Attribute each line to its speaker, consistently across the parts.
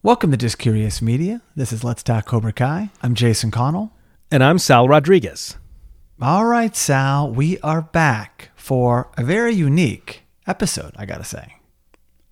Speaker 1: Welcome to Just Curious Media. This is Let's Talk Cobra Kai. I'm Jason Connell.
Speaker 2: And I'm Sal Rodriguez.
Speaker 1: All right, Sal, we are back for a very unique episode, I gotta say.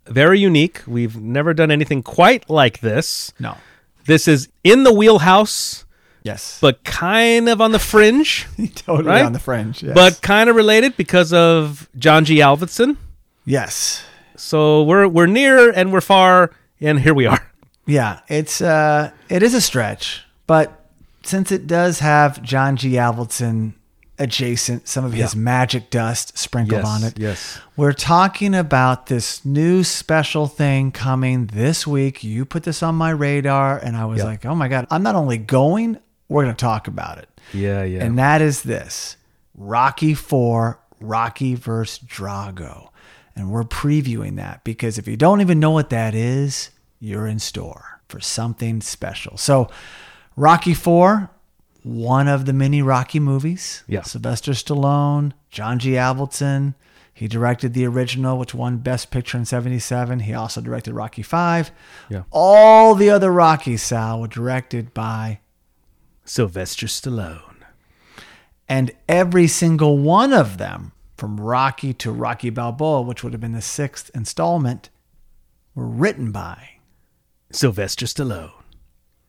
Speaker 2: Very unique. We've never done anything quite like this.
Speaker 1: No.
Speaker 2: This is in the wheelhouse,
Speaker 1: Yes.
Speaker 2: but kind of on the fringe,
Speaker 1: totally
Speaker 2: right?
Speaker 1: on the fringe. Yes.
Speaker 2: but kind of related because of John G. Alvinson.
Speaker 1: yes.
Speaker 2: So we're we're near and we're far, and here we are.
Speaker 1: Yeah, it's uh it is a stretch, but since it does have John G. Avildsen adjacent, some of his magic dust sprinkled
Speaker 2: Yes,
Speaker 1: on it.
Speaker 2: yes.
Speaker 1: We're talking about this new special thing coming this week. You put this on my radar and I was like, "Oh my god, I'm not only going, we're going to talk about it."
Speaker 2: Yeah, yeah.
Speaker 1: And that is this Rocky 4, Rocky versus Drago. And we're previewing that because if you don't even know what that is, you're in store for something special. So, Rocky 4, one of the many Rocky movies.
Speaker 2: Yeah.
Speaker 1: Sylvester Stallone, John G. Avildsen. He directed the original, which won Best Picture in 77. He also directed Rocky 5.
Speaker 2: Yeah.
Speaker 1: All the other Rockies, Sal, were directed by
Speaker 2: Sylvester Stallone.
Speaker 1: and every single one of them, from Rocky to Rocky Balboa, which would have been the sixth installment, were written by.
Speaker 2: Sylvester Stallone.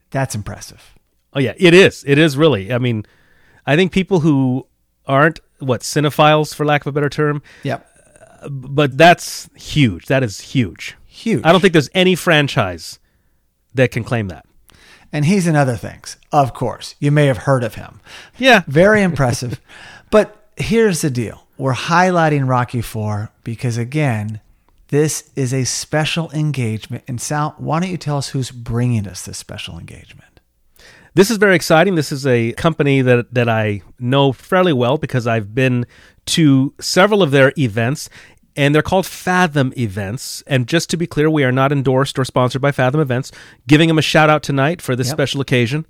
Speaker 1: That's impressive.
Speaker 2: Oh yeah, it is. It is really. I mean, I think people who aren't what cinephiles, for lack of a better term,
Speaker 1: Yep.
Speaker 2: but that's huge. That is huge.
Speaker 1: Huge.
Speaker 2: I don't think there's any franchise that can claim that.
Speaker 1: and he's in other things, of course. You may have heard of him.
Speaker 2: Yeah.
Speaker 1: Very impressive. but here's the deal we're highlighting Rocky 4 because, again, this is a special engagement. And Sal, why don't you tell us who's bringing us this special engagement?
Speaker 2: This is very exciting. This is a company that that I know fairly well because I've been to several of their events and they're called Fathom Events. And just to be clear, we are not endorsed or sponsored by Fathom Events. Giving them a shout out tonight for this special occasion.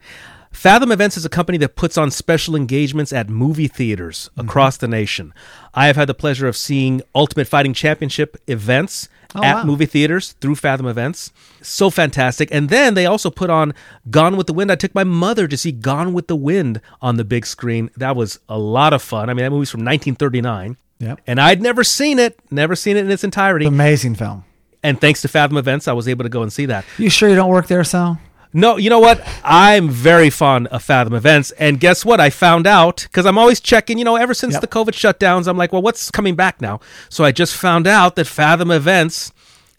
Speaker 2: Fathom Events is a company that puts on special engagements at movie theaters across the nation. I have had the pleasure of seeing Ultimate Fighting Championship events at
Speaker 1: wow.
Speaker 2: movie theaters through Fathom Events. So fantastic. And then they also put on Gone with the Wind. I took my mother to see Gone with the Wind on the big screen. That was a lot of fun. I mean, that movie's from 1939.
Speaker 1: Yep.
Speaker 2: And I'd never seen it, never seen it in its entirety.
Speaker 1: Amazing film.
Speaker 2: And thanks to Fathom Events, I was able to go and see that.
Speaker 1: You sure you don't work there, Sal?
Speaker 2: No, you know what? I'm very fond of Fathom events. And guess what? I found out because I'm always checking, you know, ever since
Speaker 1: Yep.
Speaker 2: the COVID shutdowns, I'm like, well, what's coming back now? So I just found out that Fathom events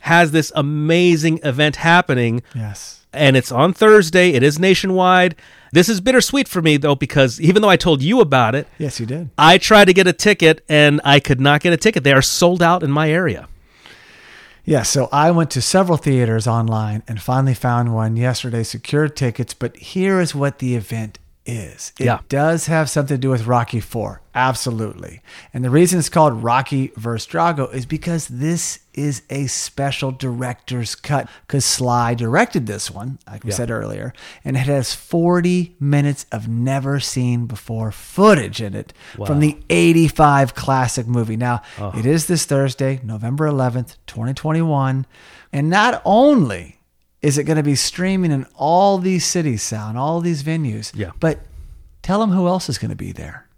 Speaker 2: has this amazing event happening
Speaker 1: Yes.
Speaker 2: and it's on Thursday. It is nationwide. This is bittersweet for me though, because even though I told you about it,
Speaker 1: Yes, you did.
Speaker 2: I tried to get a ticket and I could not get a ticket. They are sold out in my area.
Speaker 1: Yeah, so I went to several theaters online and finally found one yesterday, secured tickets. But here is what the event is it
Speaker 2: Yeah.
Speaker 1: does have something to do with Rocky Four, absolutely. And the reason it's called Rocky vs. Drago is because this is a special director's cut, because Sly directed this one, like we said earlier, and it has 40 minutes of never seen before footage in it from the 85 classic movie. Now, it is this Thursday, November 11th, 2021. And not only is it going to be streaming in all these cities, Sal, and all these venues,
Speaker 2: Yeah.
Speaker 1: but tell them who else is going to be there.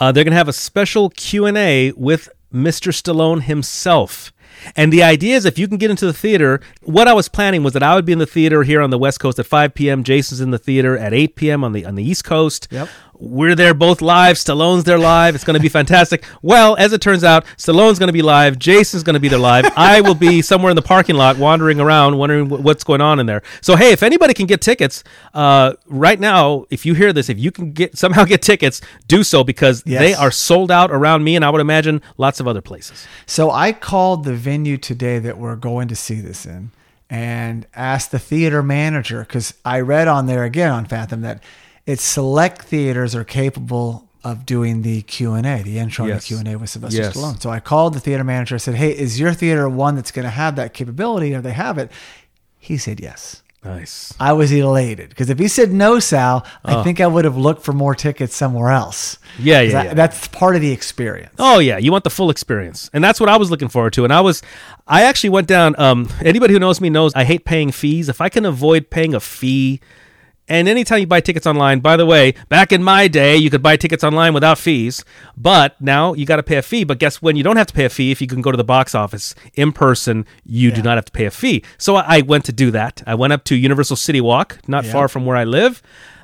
Speaker 2: Uh, they're going to have a special Q and A with Mr. Stallone himself. And the idea is if you can get into the theater, what I was planning was that I would be in the theater here on the West Coast at 5 p.m. Jason's in the theater at 8 p.m. on the on the East Coast.
Speaker 1: Yep.
Speaker 2: We're there both live. Stallone's there live. It's going to be fantastic. Well, as it turns out, Stallone's going to be live. Jason's going to be there live. I will be somewhere in the parking lot wandering around, wondering wh- what's going on in there. So, hey, if anybody can get tickets uh, right now, if you hear this, if you can get somehow get tickets, do so because they
Speaker 1: Yes.
Speaker 2: are sold out around me and I would imagine lots of other places.
Speaker 1: So I called the venue today that we're going to see this in and asked the theater manager because I read on there again on Fathom that it's select theaters are capable of doing the Q and A, the intro
Speaker 2: Yes.
Speaker 1: and the Q and A with Sylvester
Speaker 2: Yes.
Speaker 1: Stallone. So I called the theater manager. I said, "Hey, is your theater one that's going to have that capability, or they have it?" He said, "Yes."
Speaker 2: Nice.
Speaker 1: I was elated because if he said no, Sal, I think I would have looked for more tickets somewhere else.
Speaker 2: Oh. Yeah, yeah,
Speaker 1: 'Cause I-
Speaker 2: yeah.
Speaker 1: That's part of the experience.
Speaker 2: Oh yeah, you want the full experience, and that's what I was looking forward to. And I was, I actually went down. Um, anybody who knows me knows I hate paying fees. If I can avoid paying a fee, and anytime you buy tickets online, by the way, back in my day you could buy tickets online without fees, but now you got to pay a fee. But guess when you don't have to pay a fee if you can go to the box office in person, you do not have to pay a fee. So I, I went to do that. I went up to Universal City Walk, not far from where I live.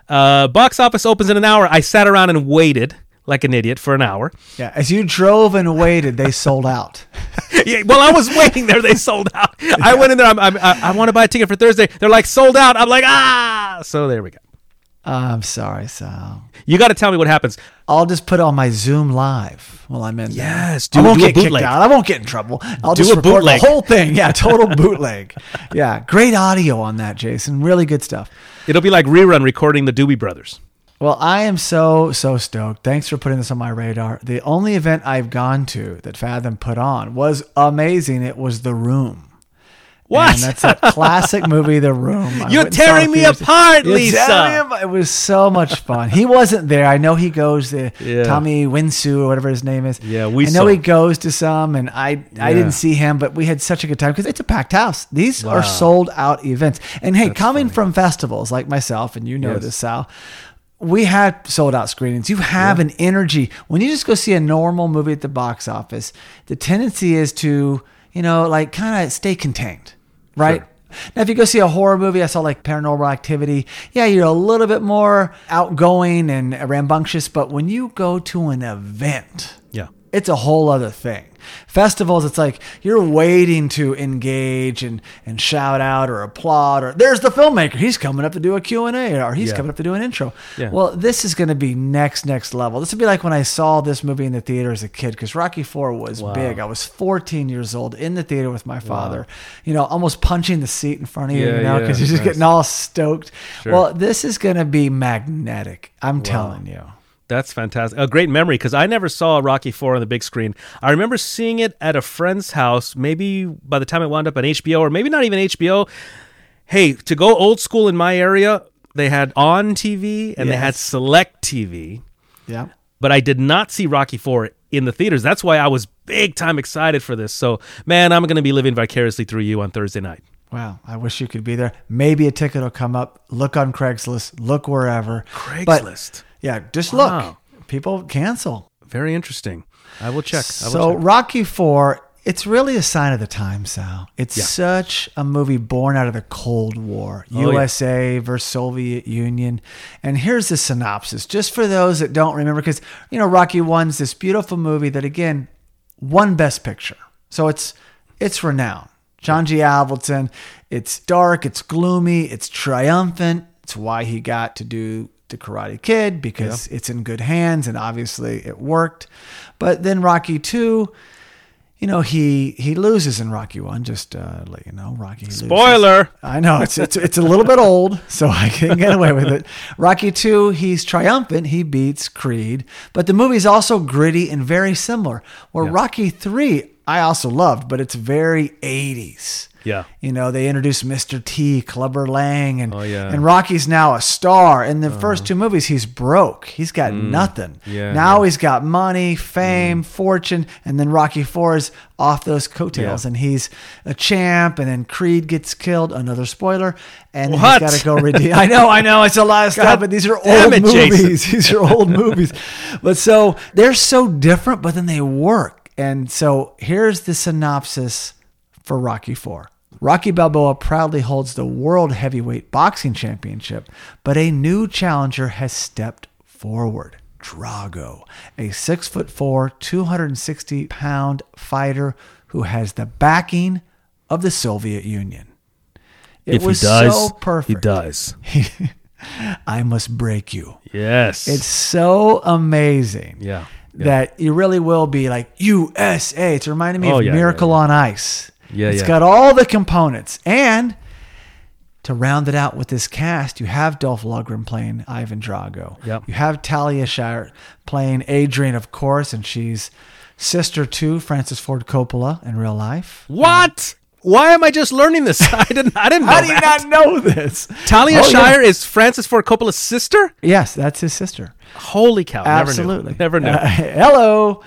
Speaker 2: Uh, box office opens in an hour. I sat around and waited like an idiot for an hour.
Speaker 1: Yeah, as you drove and waited, they sold out.
Speaker 2: yeah, well, I was waiting there. They sold out. I went in there. I'm, I'm, I, I want to buy a ticket for Thursday. They're like sold out. I'm like ah. So there we go.
Speaker 1: I'm sorry, Sal.
Speaker 2: You got to tell me what happens.
Speaker 1: I'll just put it on my Zoom live while I'm in. there.
Speaker 2: Yes, do-
Speaker 1: I won't
Speaker 2: do a
Speaker 1: get
Speaker 2: bootleg.
Speaker 1: kicked out. I won't get in trouble. I'll
Speaker 2: Do
Speaker 1: just
Speaker 2: a
Speaker 1: record
Speaker 2: bootleg.
Speaker 1: the whole thing. Yeah, total bootleg. Yeah, great audio on that, Jason. Really good stuff.
Speaker 2: It'll be like rerun recording the Doobie Brothers.
Speaker 1: Well, I am so so stoked. Thanks for putting this on my radar. The only event I've gone to that Fathom put on was amazing. It was The Room.
Speaker 2: What?
Speaker 1: And that's that classic movie, The Room. I
Speaker 2: You're
Speaker 1: went and saw it
Speaker 2: tearing
Speaker 1: a
Speaker 2: me
Speaker 1: few years-
Speaker 2: apart,
Speaker 1: You're
Speaker 2: Lisa.
Speaker 1: tearing me ap- It was so much fun. He wasn't there. I know he goes to
Speaker 2: Yeah.
Speaker 1: Tommy Winsue or whatever his name is.
Speaker 2: Yeah, we
Speaker 1: I know
Speaker 2: saw.
Speaker 1: he goes to some, and I I
Speaker 2: Yeah.
Speaker 1: didn't see him, but we had such a good time because it's a packed house. These
Speaker 2: Wow.
Speaker 1: are sold out events. And hey, coming from festivals like myself, and you know
Speaker 2: Yes.
Speaker 1: this, Sal. We had sold out screenings. You have an energy. When you just go see a normal movie at the box office, the tendency is to, you know, like kind of stay contained, right? Now, if you go see a horror movie, I saw like Paranormal Activity. Yeah, you're a little bit more outgoing and rambunctious, but when you go to an event,
Speaker 2: Yeah.
Speaker 1: it's a whole other thing. Festivals, it's like you're waiting to engage and, and shout out or applaud or there's the filmmaker. He's coming up to do a Q&A or he's
Speaker 2: Yeah.
Speaker 1: coming up to do an intro.
Speaker 2: Yeah.
Speaker 1: Well, this is going to be next, next level. This would be like when I saw this movie in the theater as a kid because Rocky Four was big. I was 14 years old in the theater with my father, you know, almost punching the seat in front of you,
Speaker 2: Yeah,
Speaker 1: you know,
Speaker 2: yeah,
Speaker 1: because you're just
Speaker 2: nice.
Speaker 1: getting all stoked. Well, this is going to be magnetic. I'm telling you.
Speaker 2: That's fantastic. A great memory because I never saw Rocky Four on the big screen. I remember seeing it at a friend's house. Maybe by the time it wound up on HBO, or maybe not even HBO. Hey, to go old school in my area, they had on TV and they had
Speaker 1: Yes.
Speaker 2: select TV.
Speaker 1: Yeah.
Speaker 2: but I did not see Rocky Four in the theaters. That's why I was big time excited for this. So, man, I'm going to be living vicariously through you on Thursday night.
Speaker 1: Wow, I wish you could be there. Maybe a ticket will come up. Look on Craigslist, look wherever. But,
Speaker 2: Craigslist.
Speaker 1: yeah, just
Speaker 2: Wow.
Speaker 1: look. People cancel.
Speaker 2: Very interesting. I will check. I will
Speaker 1: So
Speaker 2: check.
Speaker 1: Rocky Four, it's really a sign of the time, Sal. It's such a movie born out of the Cold War,
Speaker 2: Oh, yeah.
Speaker 1: USA versus Soviet Union. And here's the synopsis, just for those that don't remember, because you know Rocky One's this beautiful movie that again won Best Picture, so it's it's renowned. John G. Avildsen. It's dark. It's gloomy. It's triumphant. It's why he got to do the Karate Kid because it's in good hands, and obviously it worked. But then Rocky Two you know he he loses in Rocky One. Just uh, let you know, Rocky. loses.
Speaker 2: Spoiler.
Speaker 1: I know it's it's it's a little bit old, so I can get away with it. Rocky Two, he's triumphant. He beats Creed, but the movie's also gritty and very similar. Where Rocky Three, I also loved, but it's very eighties.
Speaker 2: Yeah.
Speaker 1: You know, they introduced Mr. T, Clubber Lang, and
Speaker 2: Oh, yeah. Uh-huh.
Speaker 1: and Rocky's now a star. In the first two movies, he's broke. He's got nothing.
Speaker 2: Mm. Yeah, Mm.
Speaker 1: now he's got money, fame, fortune, and then Rocky Four is off those coattails,
Speaker 2: Yeah.
Speaker 1: and he's a champ. And then Creed gets killed. Another spoiler. And then
Speaker 2: What?
Speaker 1: he's got to go redeem. I know, I know, it's a lot of stuff, but these are
Speaker 2: damn
Speaker 1: old
Speaker 2: it, Jason.
Speaker 1: movies. These are old movies. But so they're so different, but then they work. And so here's the synopsis for Rocky Four. Rocky Balboa proudly holds the World Heavyweight Boxing Championship, but a new challenger has stepped forward. Drago, a six foot four, 260 pound fighter who has the backing of the Soviet Union. It was so perfect.
Speaker 2: dies.
Speaker 1: I must break you.
Speaker 2: Yes.
Speaker 1: It's so amazing.
Speaker 2: Yeah, yeah.
Speaker 1: That you really will be like USA. It's reminding me
Speaker 2: Oh,
Speaker 1: of
Speaker 2: yeah,
Speaker 1: Miracle on Ice.
Speaker 2: Yeah,
Speaker 1: it's
Speaker 2: yeah.
Speaker 1: got all the components. And to round it out with this cast, you have Dolph Lundgren playing Ivan Drago.
Speaker 2: Yep.
Speaker 1: You have Talia Shire playing Adrian, of course, and she's sister to Francis Ford Coppola in real life.
Speaker 2: what? Why am I just learning this? I didn't. I didn't know
Speaker 1: How do you
Speaker 2: that.
Speaker 1: not know this?
Speaker 2: Talia
Speaker 1: Oh, yeah.
Speaker 2: Shire is Francis Ford Coppola's sister.
Speaker 1: Yes, that's his sister.
Speaker 2: Holy cow!
Speaker 1: Absolutely.
Speaker 2: Never knew. Never
Speaker 1: Uh,
Speaker 2: knew.
Speaker 1: hello.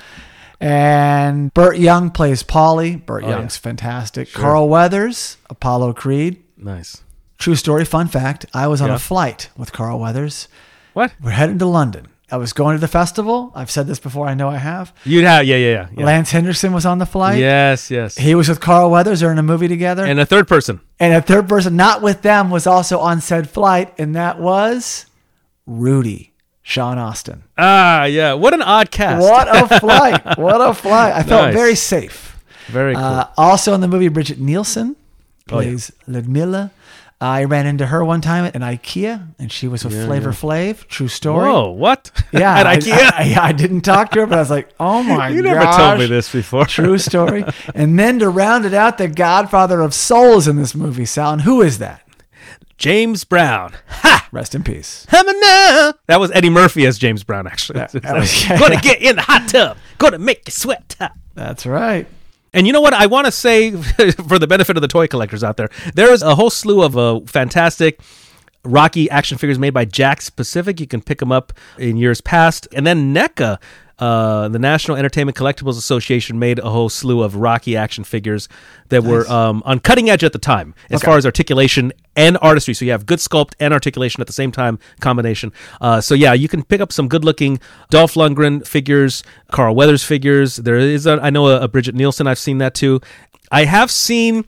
Speaker 1: And Burt Young plays Polly.
Speaker 2: Oh,
Speaker 1: Burt Young's fantastic. Carl Weathers, Apollo Creed.
Speaker 2: nice.
Speaker 1: True story, fun fact. I was on
Speaker 2: Yeah.
Speaker 1: a flight with Carl Weathers.
Speaker 2: What
Speaker 1: We're heading to London. I was going to the festival. I've said this before, I know I have.
Speaker 2: you'd have? Yeah, yeah, yeah. yeah.
Speaker 1: Lance Henderson was on the flight.
Speaker 2: Yes, yes.
Speaker 1: He was with Carl Weathers. They're in a movie together.
Speaker 2: and a third person.
Speaker 1: And a third person not with them was also on said flight, and that was Rudy, Sean Austin.
Speaker 2: Ah, yeah. What an odd cast.
Speaker 1: What a flight. What a flight. I felt
Speaker 2: Nice.
Speaker 1: very safe.
Speaker 2: Very cool.
Speaker 1: Uh, also in the movie, Bridget Nielsen
Speaker 2: Oh, yeah.
Speaker 1: plays Ludmilla. I ran into her one time at an IKEA, and she was with Flavor Flav. True story.
Speaker 2: Whoa, what?
Speaker 1: Yeah,
Speaker 2: At
Speaker 1: I-
Speaker 2: IKEA.
Speaker 1: I, I, I didn't talk to her, but I was like, "Oh my
Speaker 2: you never told me
Speaker 1: gosh.
Speaker 2: this before.
Speaker 1: True story. and then to round it out, the Godfather of Souls in this movie, Sal. And who is that?
Speaker 2: James Brown. Ha!
Speaker 1: Rest in peace.
Speaker 2: I'm a no. That was Eddie Murphy as James Brown, actually.
Speaker 1: that was- yeah,
Speaker 2: gonna
Speaker 1: yeah.
Speaker 2: get in the hot tub. Gonna make you sweat. Ha.
Speaker 1: That's right.
Speaker 2: And you know what? I want to say, for the benefit of the toy collectors out there, there is a whole slew of uh, fantastic Rocky action figures made by Jack Pacific. You can pick them up in years past. And then NECA, uh, the National Entertainment Collectibles Association, made a whole slew of Rocky action figures that were um, on cutting edge at the time as far as articulation and artistry. So you have good sculpt and articulation at the same time combination. Uh, so yeah, you can pick up some good looking Dolph Lundgren figures, Carl Weathers figures. There is, a, I know a, a Bridget Nielsen. I've seen that too. I have seen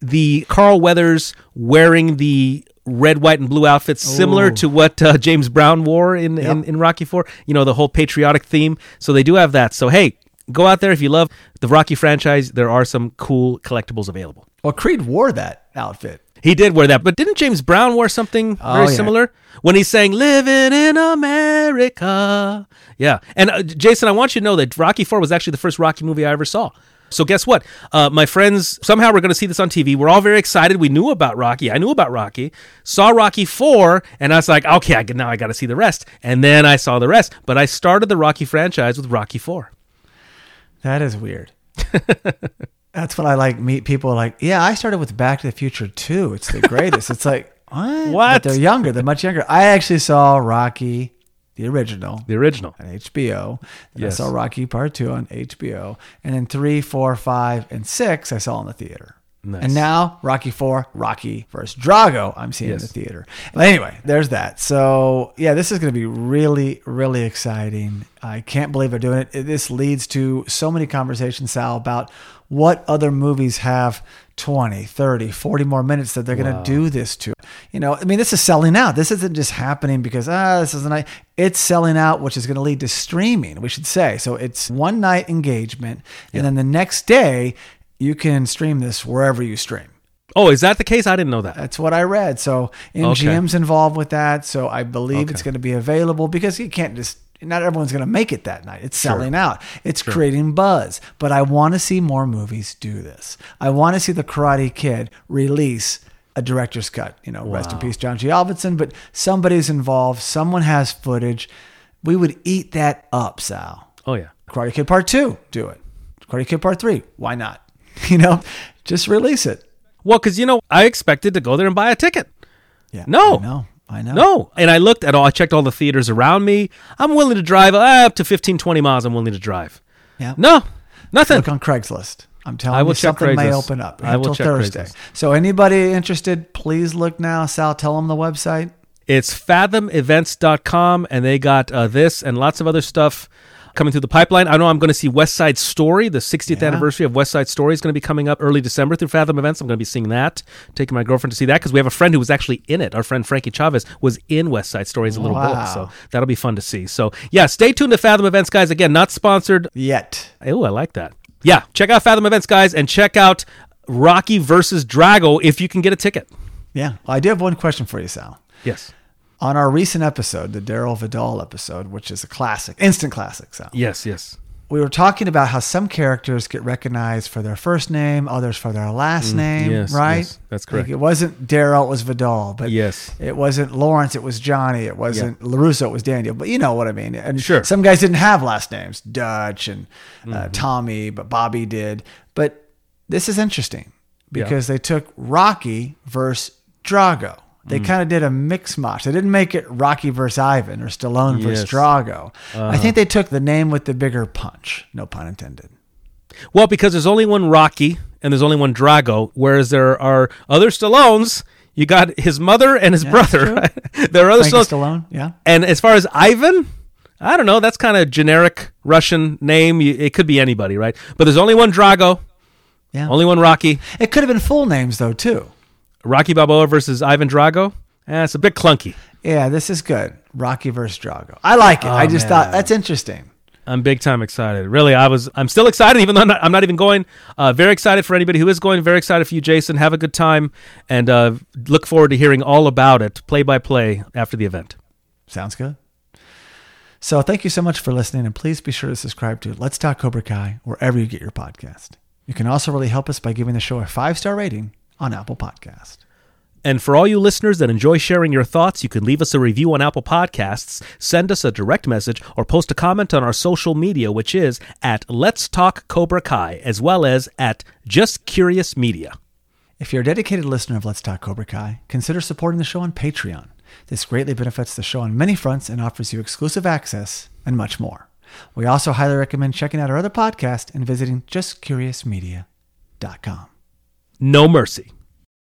Speaker 2: the Carl Weathers wearing the red, white, and blue outfits, similar to what uh, James Brown wore in, in, in Rocky Four. You know, the whole patriotic theme. So they do have that. So hey, go out there if you love the Rocky franchise. There are some cool collectibles available.
Speaker 1: Well, Creed wore that outfit.
Speaker 2: He did wear that, but didn't James Brown wear something very
Speaker 1: yeah.
Speaker 2: similar when he sang "Living in America"? Yeah, and uh, Jason, I want you to know that Rocky Four was actually the first Rocky movie I ever saw. So guess what, uh, my friends? Somehow we're going to see this on TV. We're all very excited. We knew about Rocky. I knew about Rocky. Saw Rocky Four, and I was like, okay, I, get- now I got to see the rest. And then I saw the rest. But I started the Rocky franchise with Rocky Four.
Speaker 1: That is weird. That's what I like. Meet people like, yeah, I started with Back to the Future too. It's the greatest. it's like what?
Speaker 2: What?
Speaker 1: But they're younger. They're much younger. I actually saw Rocky, the original,
Speaker 2: The original.
Speaker 1: on HBO. Then
Speaker 2: Yes.
Speaker 1: I saw Rocky Part Two on HBO, and then three, four, five, and six I saw in the theater.
Speaker 2: Nice.
Speaker 1: And now Rocky Four, Rocky versus Drago, I'm seeing in
Speaker 2: Yes.
Speaker 1: the theater. But anyway, there's that. So yeah, this is going to be really, really exciting. I can't believe they're doing it. This leads to so many conversations, Sal, about what other movies have 20, 30, 40 more minutes that they're going to do this to. You know, I mean, this is selling out. This isn't just happening because, ah, this isn't, it's selling out, which is going to lead to streaming, we should say. So it's one night engagement. And then the next day, you can stream this wherever you stream.
Speaker 2: Oh, is that the case? I didn't know that.
Speaker 1: That's what I read. So MGM's involved with that. So I believe it's going to be available because you can't just. Not everyone's going to make it that night. It's selling out. It's creating buzz. But I want to see more movies do this. I want to see The Karate Kid release a director's cut. You know, rest in peace, John Giovanson. But somebody's involved. Someone has footage. We would eat that up, Sal.
Speaker 2: Oh yeah.
Speaker 1: Karate Kid Part Two, do it. Karate Kid Part Three, why not? You know, just release it.
Speaker 2: Well, because you know, I expected to go there and buy a ticket.
Speaker 1: Yeah.
Speaker 2: No.
Speaker 1: I know. I know.
Speaker 2: No. And I looked at all, I checked all the theaters around me. I'm willing to drive uh, up to 15, 20 miles. I'm willing to drive.
Speaker 1: Yeah.
Speaker 2: No, nothing.
Speaker 1: Look on Craigslist. I'm telling
Speaker 2: I will
Speaker 1: you,
Speaker 2: check
Speaker 1: something may
Speaker 2: Craigslist.
Speaker 1: open up
Speaker 2: I will
Speaker 1: until
Speaker 2: check
Speaker 1: Thursday.
Speaker 2: Craigslist.
Speaker 1: So anybody interested, please look now. Sal, tell them the website.
Speaker 2: It's fathomevents.com, and they got uh, this and lots of other stuff coming through the pipeline. I know I'm going to see West Side Story. The 60th anniversary of West Side Story is going to be coming up early December through Fathom Events. I'm going to be seeing that, taking my girlfriend to see that because we have a friend who was actually in it. Our friend Frankie Chavez was in West Side Story as a little boy.
Speaker 1: Wow.
Speaker 2: So that'll be fun to see. So, yeah, stay tuned to Fathom Events, guys. Again, not sponsored.
Speaker 1: Yet.
Speaker 2: Oh, I like that. Yeah, check out Fathom Events, guys, and check out Rocky versus Drago if you can get a ticket.
Speaker 1: Yeah. Well, I do have one question for you, Sal.
Speaker 2: Yes.
Speaker 1: On our recent episode, the Daryl Vidal episode, which is a classic, instant classic, Sal.
Speaker 2: Yes, yes.
Speaker 1: we were talking about how some characters get recognized for their first name, others for their last name,
Speaker 2: Mm, yes,
Speaker 1: right?
Speaker 2: yes, that's correct.
Speaker 1: Like, it wasn't Daryl, it was Vidal, but
Speaker 2: Yes.
Speaker 1: it wasn't Lawrence, it was Johnny, it wasn't Larusso, it was Daniel. But you know what I mean. And
Speaker 2: Sure. Mm-hmm.
Speaker 1: some guys didn't have last names, Dutch and uh, Tommy, but Bobby did. But this is interesting. because they took Rocky versus Drago. They
Speaker 2: Mm.
Speaker 1: kind of did a mix match. They didn't make it Rocky versus Ivan or Stallone versus
Speaker 2: Yes.
Speaker 1: Drago. I think they took the name with the bigger punch. No pun intended.
Speaker 2: Well, because there's only one Rocky and there's only one Drago, whereas there are other Stallones. You got his mother and his brother. there are other
Speaker 1: Frankie
Speaker 2: Stallones.
Speaker 1: Stallone. Yeah.
Speaker 2: And as far as Ivan, I don't know. That's kind of generic Russian name. You- It could be anybody, right? But there's only one Drago,
Speaker 1: Yeah.
Speaker 2: only one Rocky.
Speaker 1: It could have been full names though too.
Speaker 2: Rocky Balboa versus Ivan Drago. Eh, it's a bit clunky.
Speaker 1: Yeah, this is good. Rocky versus Drago. I like it. I just thought that's interesting.
Speaker 2: I'm big time excited. Really, I was. I'm still excited, even though I'm not, I'm not even going. Uh, very excited for anybody who is going. Very excited for you, Jason. Have a good time, and uh, look forward to hearing all about it, play by play, after the event.
Speaker 1: Sounds good. So thank you so much for listening, and please be sure to subscribe to Let's Talk Cobra Kai wherever you get your podcast. You can also really help us by giving the show a five star rating on Apple Podcast.
Speaker 2: And for all you listeners that enjoy sharing your thoughts, you can leave us a review on Apple Podcasts, send us a direct message, or post a comment on our social media, which is at Let's Talk Cobra Kai, as well as at Just Curious Media.
Speaker 1: If you're a dedicated listener of Let's Talk Cobra Kai, consider supporting the show on Patreon. This greatly benefits the show on many fronts and offers you exclusive access and much more. We also highly recommend checking out our other podcast and visiting justcuriousmedia.com.
Speaker 2: No mercy.